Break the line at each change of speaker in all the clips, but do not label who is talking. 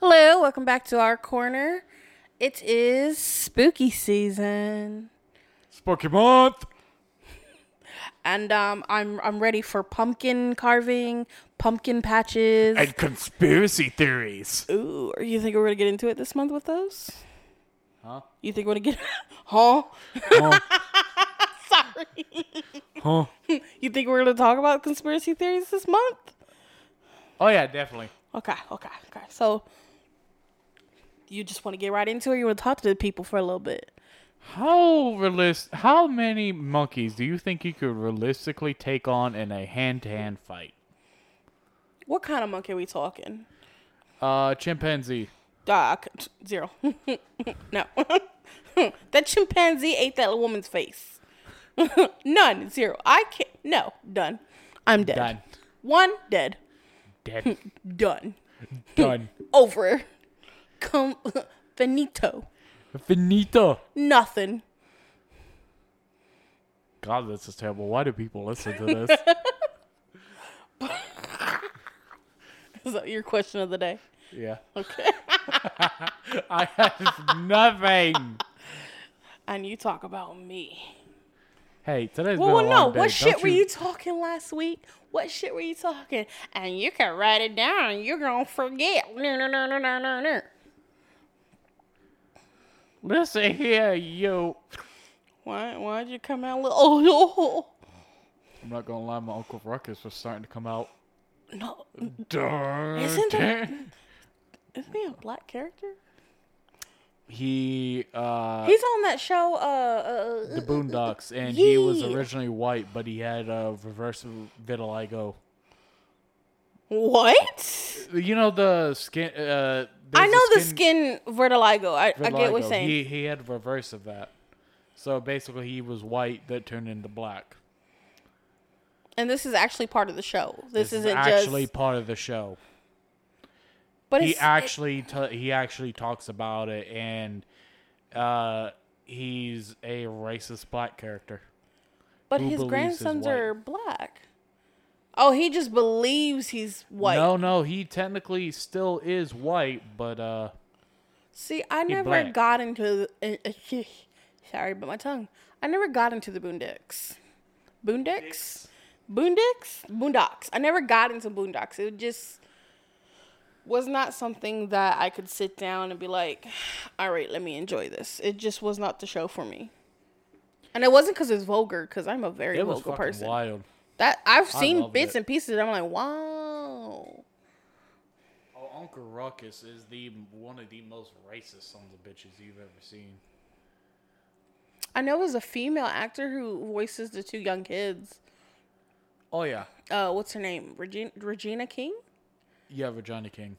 welcome back to our corner. It is spooky season,
Spooky month.
and um, I'm I'm ready for pumpkin carving, pumpkin patches.
And conspiracy theories.
Ooh, or you think we're gonna get into it this month with those?
Huh?
You think we're gonna get? huh?
Huh?
Sorry.
huh?
You think we're gonna talk about conspiracy theories this month?
Oh, yeah, definitely.
Okay, okay, okay. So you just want to get right into it? You want to talk to the people for a little bit?
How realis- How many monkeys do you think you could realistically take on in a hand-to-hand fight?
What kind of monkey are we talking?
Uh, chimpanzee.
Doc zero. no, that chimpanzee ate that woman's face. None zero. I can't. No, done. I'm dead.
Done.
One dead.
Dead.
Done.
Done.
Over. Com- finito.
Finito.
Nothing.
God, this is terrible. Why do people listen to this?
Is that your question of the day?
yeah.
Okay.
I have nothing.
and you talk about me.
Hey, today's
Well,
been
well
a long
no.
day.
What shit
Don't
were you talking last week? What shit were you talking? And you can write it down. You're gonna forget. No, no, no, no, no, no, no.
Listen here, you.
Why? Why'd you come out? Little, oh, oh,
I'm not gonna lie, my Uncle Ruckus was starting to come out.
oh. no!
Darn.
Isn't there- Isn't he a black character?
He uh
He's on that show. Uh,
the
uh
Boondocks, and he was
Yeah.
originally white, but he had uh, reverse vitiligo.
what?
You know the skin. Uh,
I
there's
know
a
the skin vertigo. I, I get what
vitiligo.
you're saying.
He he had reverse of that. So basically, he was white that turned into black.
and this is actually part of the show. This,
is
isn't
actually
just.
part of the show.
But
he
it's,
actually t- he actually talks about it, and uh, he's a racist black character.
but
who
his
believes he's
grandsons
white.
are black. Oh, he just believes he's white.
No, no, he technically still is white, but uh,
See, I never
black.
got into the. Uh, uh, sorry, but my tongue. I never got into the Boondocks. Boondocks? Boondocks? Boondocks. I never got into Boondocks. It just was not something that I could sit down and be like, all right, let me enjoy this. It just was not the show for me. And it wasn't because it was vulgar, because I'm a very
it was
vulgar
fucking
person.
wild.
That I've
I
seen
loved
bits
it.
and pieces. And I'm like, wow.
Oh, Uncle Ruckus is the one of the most racist sons of bitches you've ever seen.
I know it was a female actor who voices the two young kids.
Oh yeah,
uh, what's her name? Regina, Regina King?
yeah, Regina King,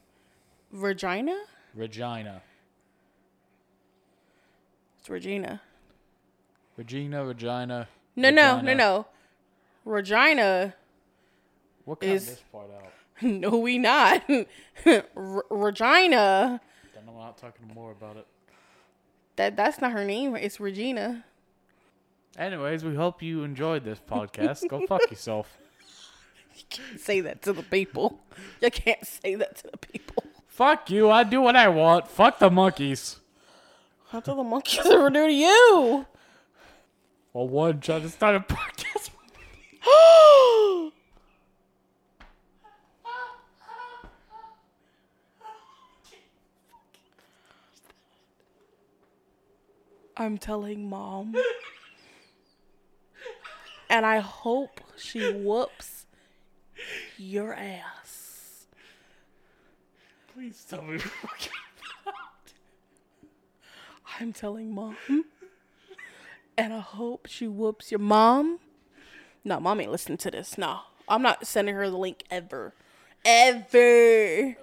Regina?
Regina,
It's Regina.
Regina, Regina.
No, no, no,
Regina.
no. Regina.
What kind
Is-
of this part out?
No, we not. R- Regina.
Then I'm not talking more about it.
That that's not her name. It's Regina.
Anyways, we hope you enjoyed this podcast. Go fuck yourself.
Say that to the people. You can't say that to the people.
Fuck you. I do what I want. Fuck the monkeys.
That's what the monkeys ever do to you.
Well, one trying to start a podcast.
I'm telling mom. and I hope she whoops your ass.
Please tell me.
I'm telling mom. And I hope she whoops your mom. No, mom ain't listening to this. No, I'm not sending her the link ever. Ever.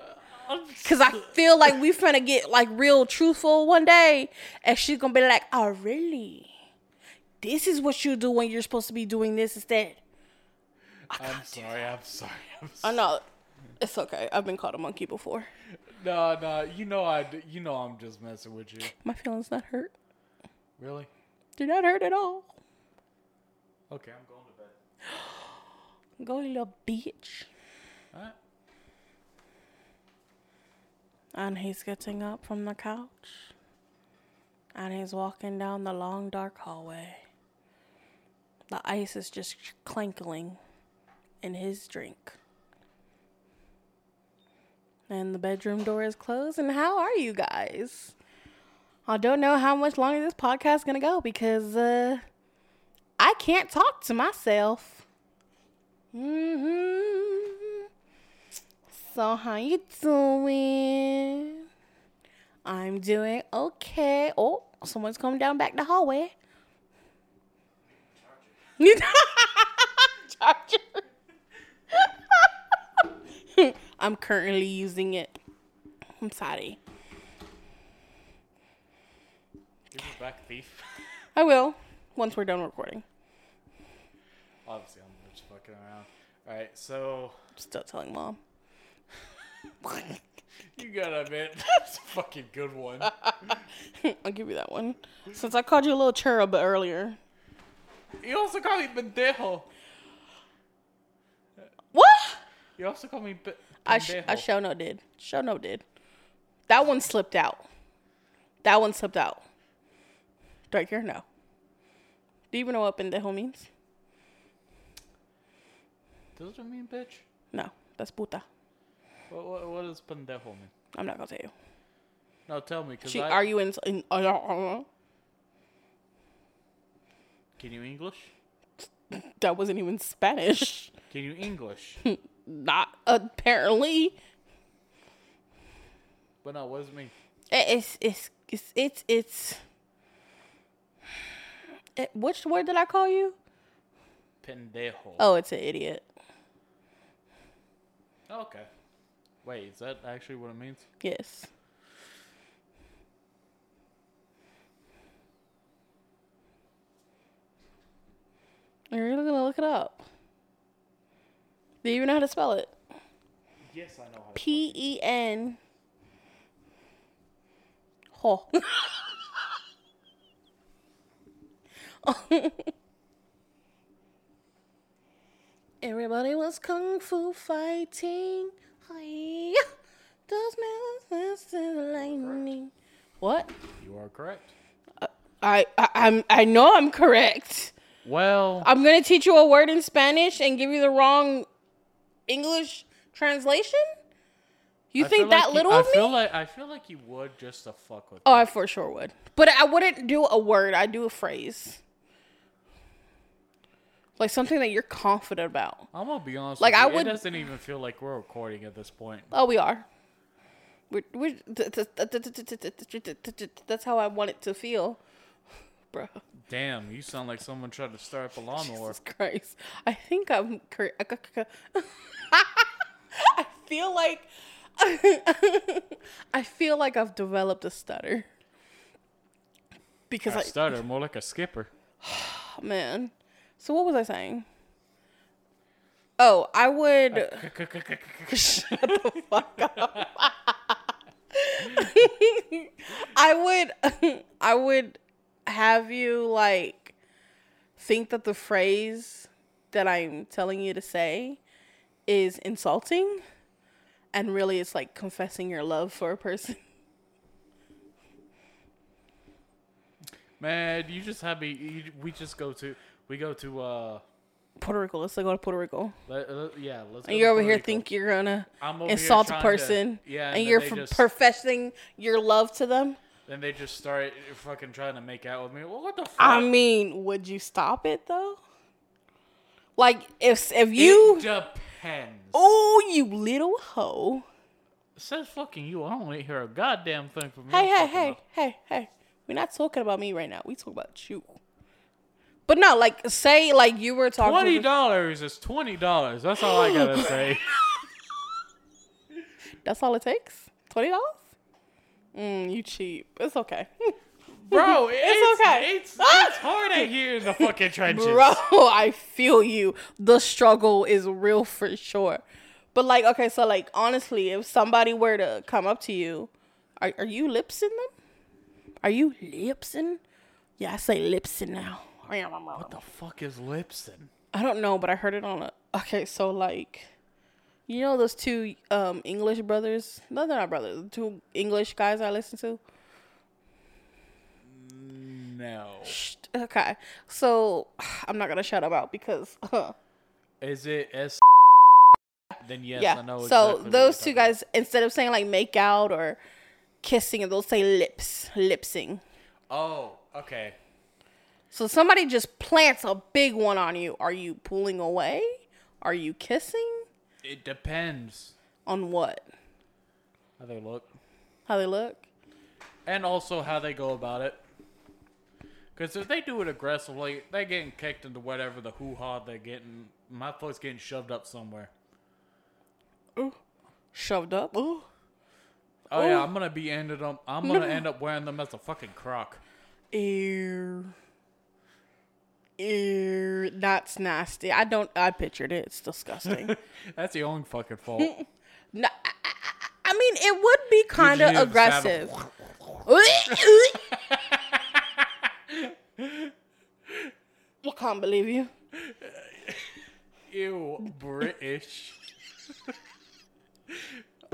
Because I feel like we finna get like real truthful one day. And she's gonna be like, oh, really? This is what you do when you're supposed to be doing this instead.
I'm sorry. I'm sorry. I'm
I
sorry.
know. It's okay. I've been called a monkey before.
No, no. You know I. d- You know I'm just messing with you.
My feelings not hurt.
Really?
They're not hurt at all.
Okay, I'm going to bed.
Go, you little bitch.
All right.
And he's getting up from the couch. And he's walking down the long, dark hallway. The ice is just clankling in his drink. And the bedroom door is closed. And how are you guys? I don't know how much longer this podcast is going to go because uh, I can't talk to myself. hmm So how you doing? I'm doing okay. Oh, someone's coming down back the hallway. Charger. I'm currently using it. I'm sorry.
Give me back, thief.
I will once we're done recording.
Obviously, I'm just fucking around. All right, so
Still telling mom.
you got to admit that's a fucking good one.
I'll give you that one. Since I called you a little cherub earlier.
You also call me pendejo.
What?
You also call me pe- pendejo.
I, sh- I show no did. Show no did. That one slipped out. That one slipped out. Right here, no. Do you even know what pendejo means?
Does it mean bitch?
No, that's puta.
What, what, what does pendejo mean?
I'm not gonna tell you.
No, tell me, cause
She,
I
are you in? in uh,
can you English?
that wasn't even Spanish.
Can you English?
not apparently.
but no, what does it mean?
It's it's it's it's it's. It, which word did I call you?
Pendejo.
Oh, it's an idiot.
Okay. Wait, is that actually what it means?
Yes. You're really gonna look it up. Do you even know how to spell it?
Yes, I know how. to-
P E N. Ho. Everybody was kung fu fighting. Hi-ya. Those mountains to the lightning. What?
You are correct.
I, I I'm I know I'm correct.
Well,
I'm gonna teach you a word in Spanish and give you the wrong English translation. You
I
think
feel
that
like you-
little
I
of me?
feel like I feel like you would just to fuck with.
oh,
me.
I for sure would, but I wouldn't do a word. I do a phrase, like something that you're confident about.
I'm gonna be honest.
like,
with
I
you.
would-
It doesn't even feel like we're recording at this point.
Oh, we are. We're, we're, th- th- th- th- th- th- th- th- th- th- that's how I want it to feel, bro.
Damn, you sound like someone tried to start up a lawnmower.
Jesus Christ. I think I'm uh, cur- I feel like I feel like I've developed a stutter. Because
I
I
stutter more like a skipper.
oh, man. So what was I saying? Oh, I would Shut the fuck up. I would I would have you like think that the phrase that I'm telling you to say is insulting and really it's like confessing your love for a person.
Man, you just have me. You, we just go to we go to uh.
Puerto Rico, let's go to Puerto Rico.
Let, let- yeah, let's. go
And
to
you're over
Puerto
here
Rico.
think you're gonna
I'm over here
insult a
trying to-
person
yeah,
and
then
you're
they
f-
just-
professing your love to them.
Then they just start fucking trying to make out with me. Well, what the fuck?
I mean, would you stop it though? Like if if
It
you
depends.
oh you little hoe.
Says fucking you. I don't want to hear a goddamn thing from you.
Hey hey
fucking
hey hey hey. We're not talking about me right now. We talk about you. But no, like say like you were talking.
Twenty
to-
dollars is twenty dollars. That's all I gotta say.
That's all it takes. Twenty dollars. Mm, you cheap. It's okay,
Bro, it's,
okay. Ah!
It's, it's hard out here in the fucking trenches.
bro. I feel you. The struggle is real for sure. But like, okay, so like honestly, if somebody were to come up to you, are are you lipsing them? Are you lipsing? Yeah, I say lipsing now.
What the fuck is Lipson?
I don't know, but I heard it on a. Okay, so like, You know those two um, English brothers? No, they're not brothers. The two English guys I listen to.
No.
Shh, okay, so I'm not gonna shout them out because
Is it S? Then yes,
yeah.
I
so
know. exactly
those
what
two
you're talking about.
guys, instead of saying like make out or kissing, they'll say lips, lipsing.
Oh, okay.
So somebody just plants a big one on you. Are you pulling away? Are you kissing?
It depends
On what?
how they look
How they look?
and also how they go about it. Because if they do it aggressively, they're getting kicked into whatever the hoo ha they're getting. My foot's getting shoved up somewhere.
Shoved up? Ooh.
Oh
Ooh.
yeah, I'm gonna be ended up. I'm gonna end up wearing them as a fucking crock.
Ew. Ew. That's nasty. I don't. I pictured it. It's disgusting.
That's your own fucking fault.
no, I, I- I mean, it would be kind
You
of
just have a-
aggressive. I can't believe you.
Ew, British.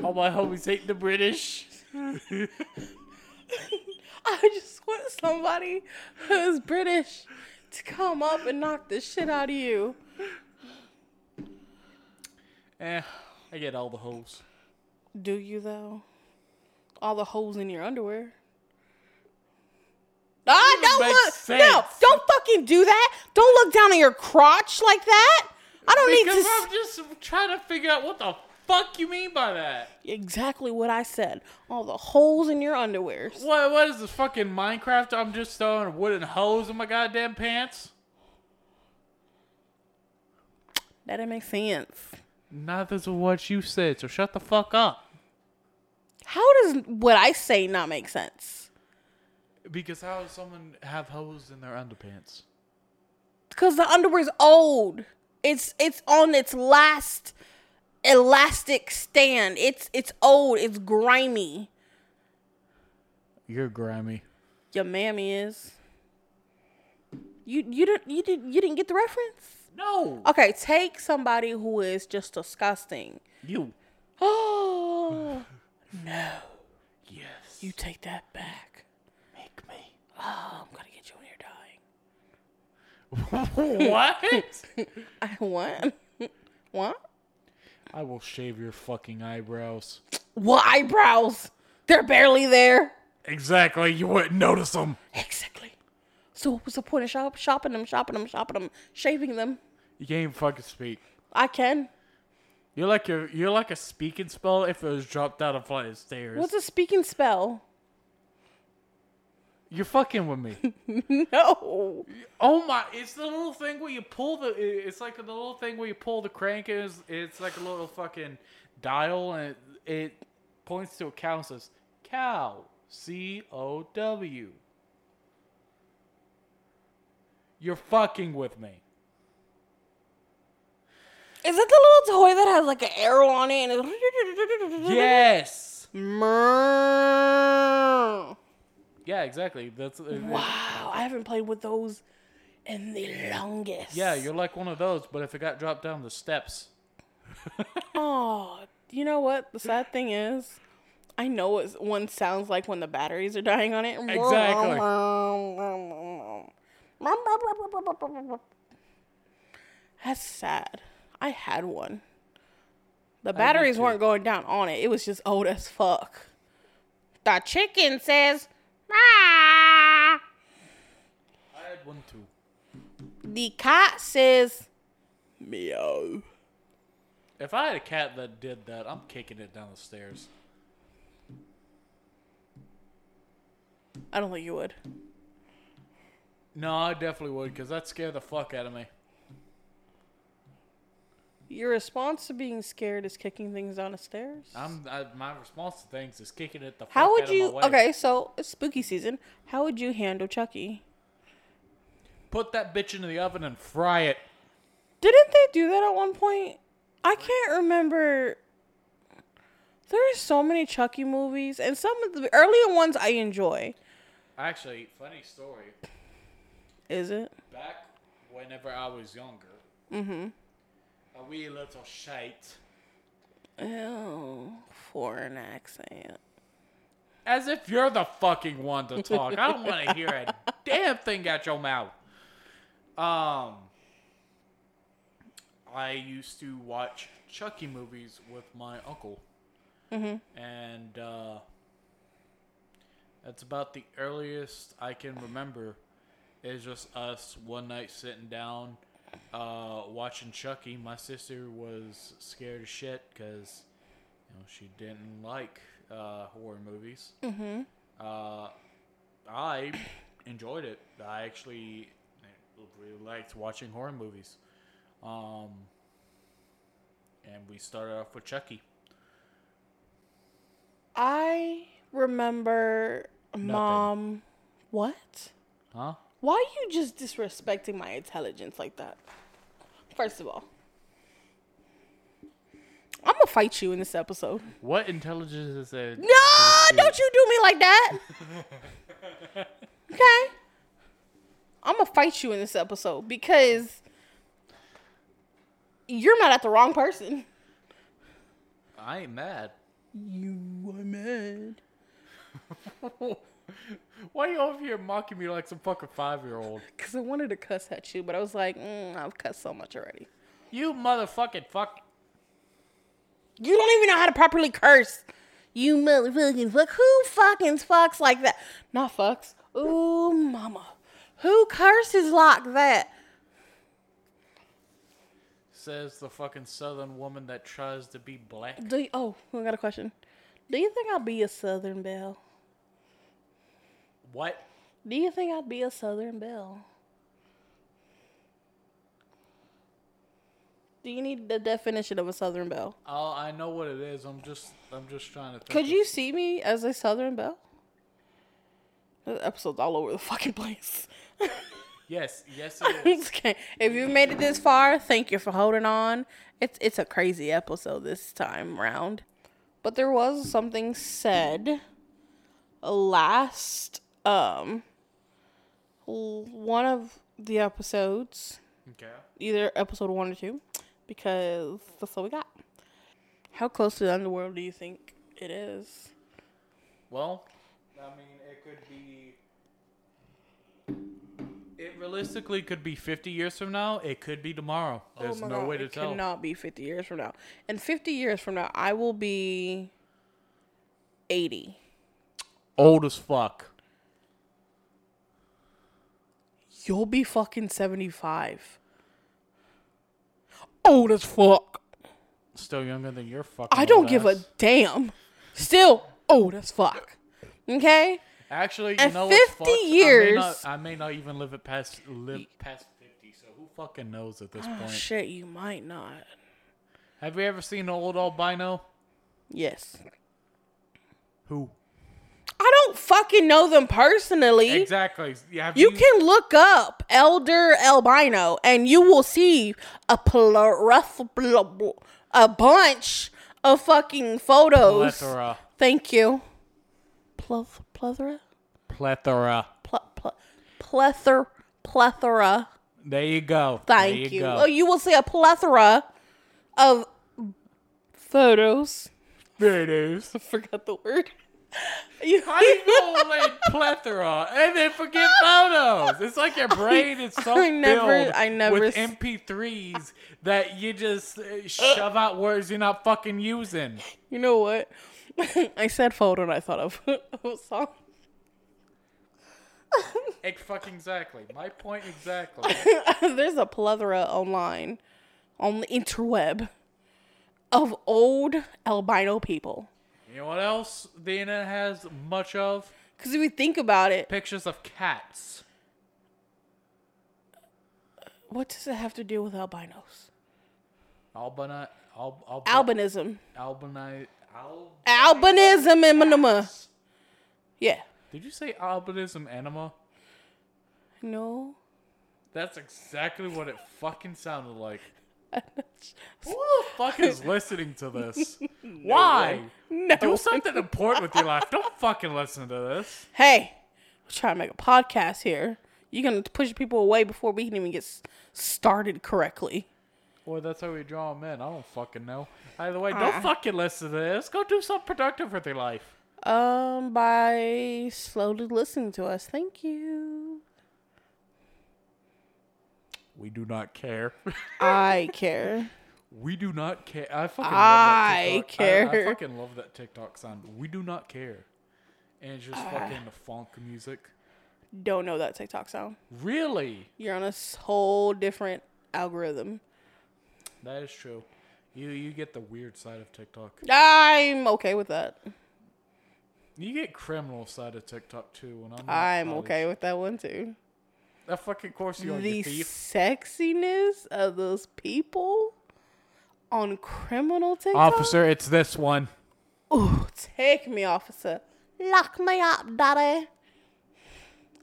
All my homies hate the British.
I just want somebody who's British to come up and knock the shit out of you.
Eh, I get all the hoes.
Do you though? All the holes in your underwear. Ah,
doesn't
don't
make
look. No,
sense.
don't fucking do that. Don't look down at your crotch like that. I don't need
Because
to.
I'm just trying to figure out what the fuck you mean by that.
s- exactly what I said. All the holes in your underwear.
What? What is this fucking Minecraft? I'm just throwing wooden hose in my goddamn pants.
That didn't make sense.
Neither's of what you said. So shut the fuck up.
How does what I say not make sense?
Because how does someone have hose in their underpants?
Because the underwear's old. It's it's on its last elastic stand. It's it's old. It's grimy.
You're grimy.
Your mammy is. You you didn't you did you didn't get the reference?
No.
Okay, take somebody who is just disgusting.
You.
Oh no.
Yes.
You take that back.
make me.
Oh, I'm gonna get you when you're dying.
what?
I want what?
I will shave your fucking eyebrows.
What eyebrows? They're barely there.
Exactly. You wouldn't notice them.
Exactly. So what was the point of shop shopping them, shopping them, shopping them, shaving them?
You can't even fucking speak.
I can.
You're like a you're like a speaking spell if it was dropped down a flight of stairs.
What's a speaking spell?
You're fucking with me.
No.
oh my! It's the little thing where you pull the. it- It's like the little thing where you pull the crank. And it's, it's like a little fucking dial, and it, it points to a cow and says cow C O W. You're fucking with me.
Is it the little toy that has like an arrow on it and it's
Yes.
Wow,
Yeah, exactly. That's uh, wow.
I haven't played with those in the longest.
yeah. You're like one of those, but if it got dropped down the steps,
Oh, you know what? The sad thing is, I know what one sounds like when the batteries are dying on it.
Exactly.
That's sad. I had one. The batteries
too.
weren't going down on it. It was just old as fuck. The chicken says, "Ah."
I had one too.
The cat says, "Meow."
If I had a cat that did that, I'm kicking it down the stairs.
I don't think you would.
No, I definitely would, because that scared the fuck out of me.
Your response to being scared is kicking things down the stairs.
I'm I, my response to things is kicking it the
How
fuck
would
out of
you?
my way.
Okay, so it's spooky season. How would you handle Chucky?
Put that bitch into the oven and fry it.
Didn't they do that at one point? I can't remember. There are so many Chucky movies, and some of the earlier ones I enjoy.
Actually, funny story.
Is it?
Back whenever I was younger, mm-hmm. a wee little shite
Ew, foreign accent.
As if you're the fucking one to talk. I don't want to hear a damn thing out your mouth. Um, I used to watch Chucky movies with my uncle, mm-hmm. and uh, that's about the earliest I can remember. Is just us one night sitting down, uh, watching Chucky. My sister was scared as shit because you know she didn't like uh, horror movies. Mm-hmm. Uh, I enjoyed it. I actually really liked watching horror movies. Um, and we started off with Chucky.
I remember mom. What?
Huh?
Why are you just disrespecting my intelligence like that? First of all, I'm gonna fight you in this episode.
What intelligence is it?
No, don't you do me like that. okay. I'm gonna fight you in this episode because you're mad at the wrong person.
I ain't mad.
You are mad.
Why you over here mocking me like some fucking five year old?
Because I wanted to cuss at you, but I was like, mm, I've cussed so much already.
You motherfucking fuck.
You don't even know how to properly curse. You motherfucking fuck. Who fucking fucks like that? Not fucks. Ooh, mama. Who curses like that?
Says the fucking southern woman that tries to be black.
Do you, oh, I got a question. Do you think I'll be a Southern Belle?
What?
Do you think I'd be a Southern Belle? Do you need the definition of a Southern Belle?
Oh, I know what it is. I'm just, I'm just trying to. Think
Could
of-
you see me as a Southern Belle? This episode's all over the fucking place.
Yes, yes. It is.
It's okay. If you made it this far, thank you for holding on. It's it's a crazy episode this time round. But there was something said last um l- one of the episodes,
okay.
either episode 1 or 2, because that's all we got. How close to the underworld do you think it is?
Well, I mean, it could be. It realistically could be 50 years from now. It could be tomorrow. There's
Oh my
no
God,
way to
it
tell.
cannot be 50 years from now. And 50 years from now, I will be 80.
Old as fuck.
You'll be fucking 75. Old as fuck.
Still younger than your fucking.
I don't
old
give a
ass.
damn. Still old as fuck. Okay?
Actually, you
At
know what's
50
fucked? I may, not,
years-
I may not even live it past live past 50. So who fucking knows at this
Oh,
point?
shit, you might not.
Have you ever seen an old albino?
Yes.
Who?
I don't fucking know them personally.
Exactly. Yeah, have
You can look up elder albino and you will see a plethora, a bunch of fucking photos.
plethora.
Thank you. Pleth, plethora?
Plethora.
Ple- ple- plethora. Plethora.
There you go.
Thank
there
you.
you. go.
Oh, you will see a plethora of photos.
There it is.
I forgot the word. You-
I know like plethora, and then forget photos. It's like your brain is so
I never-
filled
I never
with
s-
MP3s that you just uh, shove out words you're not fucking using.
You know what? I said photo and I thought of, of a song.
Ex- fucking exactly. My point exactly.
There's a plethora online on the interweb of old albino people.
You know what else the internet has much of?
Because if you think about it,
Pictures of cats.
what does it have to do with albinos?
Albina. Al, al,
Albinism.
albini. Al,
Albinism and minima. Yeah.
did you say albinism anima?
No.
That's exactly what it fucking sounded like. Who the fuck is listening to this? Why?
No.
Do something important with your life. Don't fucking listen to this.
hey, we're trying to make a podcast here. You're going to push people away before we can even get s- started correctly.
Or that's how we draw them in. I don't fucking know. Either way,
Ah.
don't fucking listen to this. Go do something productive with your life.
Um, by slowly listening to us. Thank you.
We do not care.
I care.
we do not care. I fucking
I
love that TikTok. I, I
care.
fucking love that TikTok sound. We do not care. And it's
Ah.
just fucking the funk music.
Don't know that TikTok sound.
Really?
You're on a s- whole different algorithm.
That is true. You you get the weird side of TikTok.
I'm okay with that.
You get criminal side of TikTok too. When I'm in
I'm
college.
okay with that one too.
That fucking course you on
The
your thief.
sexiness of those people on criminal TikTok.
Officer, it's this one.
Ooh, take me, officer. Lock me up, daddy.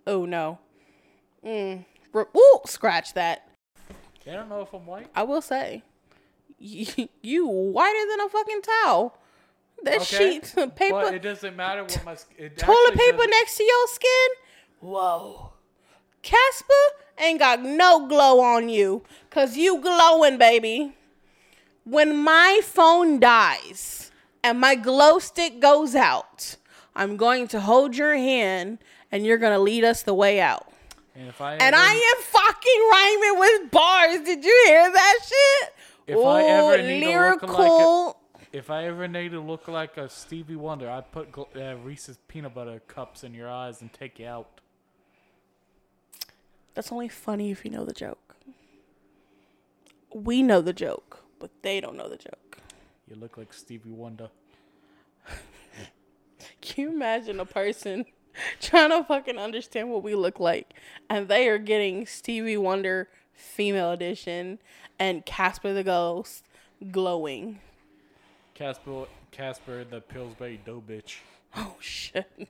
Oh no. Mm. R- Ooh, scratch that.
I don't know if I'm white.
I will say, you, you whiter than a fucking towel. That
Okay.
sheet
But
paper,
it doesn't matter what my sk- it
toilet
actually
paper
doesn't-
next to your skin. Whoa, Casper ain't got no glow on you, cause you glowing, baby. When my phone dies and my glow stick goes out, I'm going to hold your hand and you're gonna lead us the way out.
And if I
And
ever,
I am fucking rhyming with bars. Did you hear that shit?
If I ever need to look like a-
lyrical.
if I ever need to look like a Stevie Wonder, I put gl- uh, Reese's peanut butter cups in your eyes and take you out.
That's only funny if you know the joke. We know the joke, but they don't know the joke.
You look like Stevie Wonder.
Can you imagine a person trying to fucking understand what we look like and they are getting Stevie Wonder female edition and Casper the Ghost glowing?
Casper, Casper, the Pillsbury dough bitch.
Oh shit!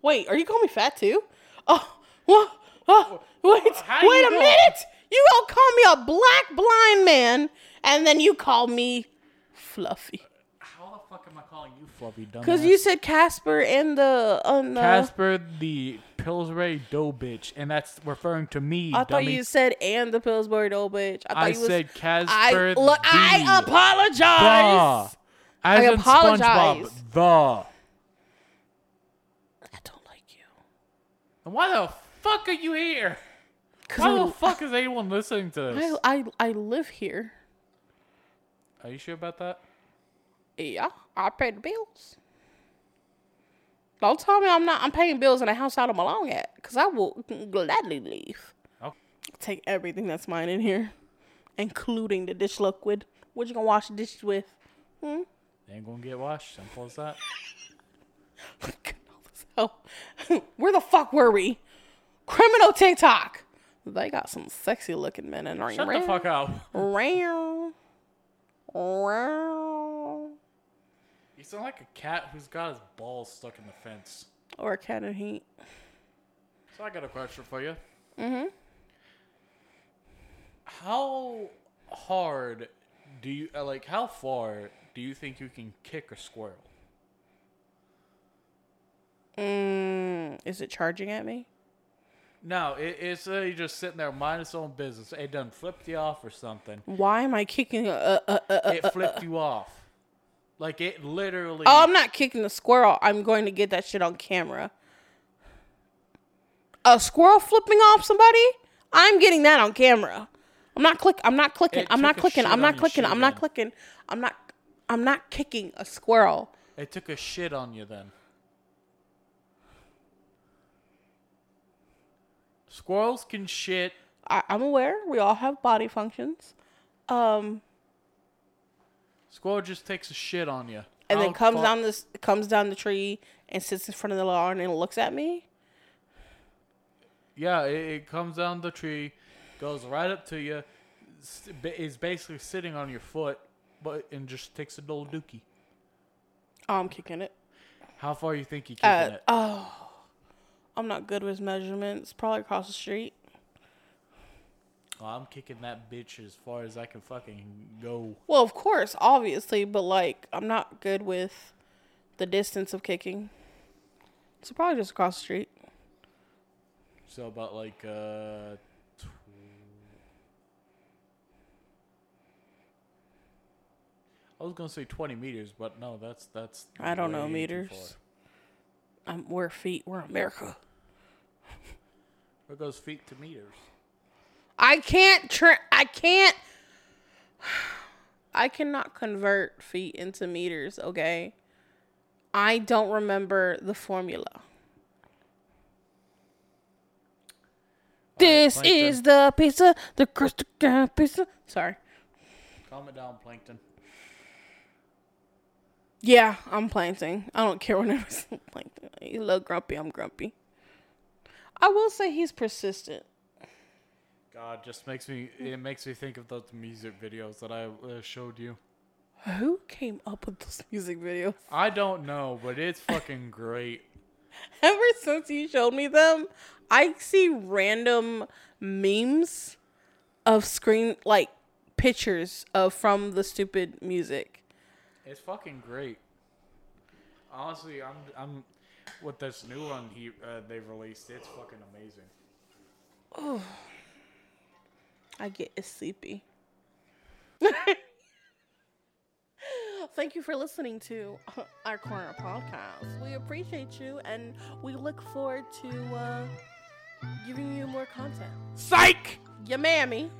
Wait, are you calling me fat too? Oh, what? Oh, wait,
How
wait
you
a
doing?
minute! You gonna call me a black blind man, and then you call me fluffy?
How the fuck am I calling you fluffy dumbass?
Cause you said Casper and the um, uh, on the.
Casper, the Pillsbury dough bitch, and that's referring to me.
I thought
dummy.
you said and the Pillsbury dough bitch. I, thought
I
you was,
said
I
Casper.
look. I
the
apologize.
the. As
I
in SpongeBob,
apologize.
the.
I don't like you.
And why the fuck are you here?
'Cause
Why the
I-
fuck is anyone listening to this?
I, I I live here.
Are you sure about that?
Yeah, I pay the bills. Don't tell me I'm not. I'm paying bills in a house I don't belong at, cause I will gladly leave.
Oh.
Take everything that's mine in here, including the dish liquid. What you gonna wash the dishes with? Hmm.
They ain't gonna get washed. Simple as that.
so, where the fuck were we? Criminal TikTok. They got some sexy looking men in there.
Shut the fuck up.
Round. Round.
You sound like a cat who's got his balls stuck in the fence.
Or a cat in heat.
So I got a question for you. Mm-hmm. How hard do you uh, like? How far do you think you can kick a squirrel?
Mm, is it charging at me?
No, it, it's literally just sitting there minding its own business. It done flipped you off or something.
Why am I kicking a? a, a, a, a-
It flipped you off. Like it literally.
oh, I'm not kicking the squirrel. I'm going to get that shit on camera. A squirrel flipping off somebody? I'm getting that on camera. I'm not click. I'm not clicking.
It
I'm not
took a
clicking.
shit
I'm
on
not
your
clicking.
shoe
I'm not
then.
clicking. I'm not. I'm not kicking a squirrel.
It took a shit on you then. Squirrels can shit.
I, I'm aware. We all have body functions. Um,
Squirrel just takes a shit on you.
and
How
then comes
far-
down this comes down the tree and sits in front of the lawn and looks at me.
Yeah, it, it comes down the tree, goes right up to you, s- ba- is basically sitting on your foot, but and just takes a little dookie. Oh,
I'm kicking it.
How far you think you kicking
Uh,
it?
oh, I'm not good with measurements. Probably across the street.
Oh, I'm kicking that bitch as far as I can fucking go.
Well, of course, obviously, but like I'm not good with the distance of kicking. So probably just across the street.
So about like uh, tw- I was gonna say twenty meters, but no, that's that's.
I don't know
way too
meters.
far.
I'm, we're feet. We're America.
Where goes feet to meters?
I can't. Tra- I can't. I cannot convert feet into meters. Okay. I don't remember the formula. This
Plankton.
is the pizza, the crystal down pizza. Sorry.
Calm it down, plankton.
Yeah, I'm planting. I don't care whenever it's planting. You look grumpy. I'm grumpy. I will say he's persistent.
God, just makes me. It makes me think of those music videos that I uh, showed you.
Who came up with this music video?
I don't know, but it's fucking great.
Ever since you showed me them, I see random memes of screen like pictures of from the stupid music.
It's fucking great. Honestly, I'm I'm with this new one he uh, they released. It's fucking amazing.
I get sleepy. Thank you for listening to our corner podcast. We appreciate you and we look forward to uh, giving you more content.
Psych.
Your mammy.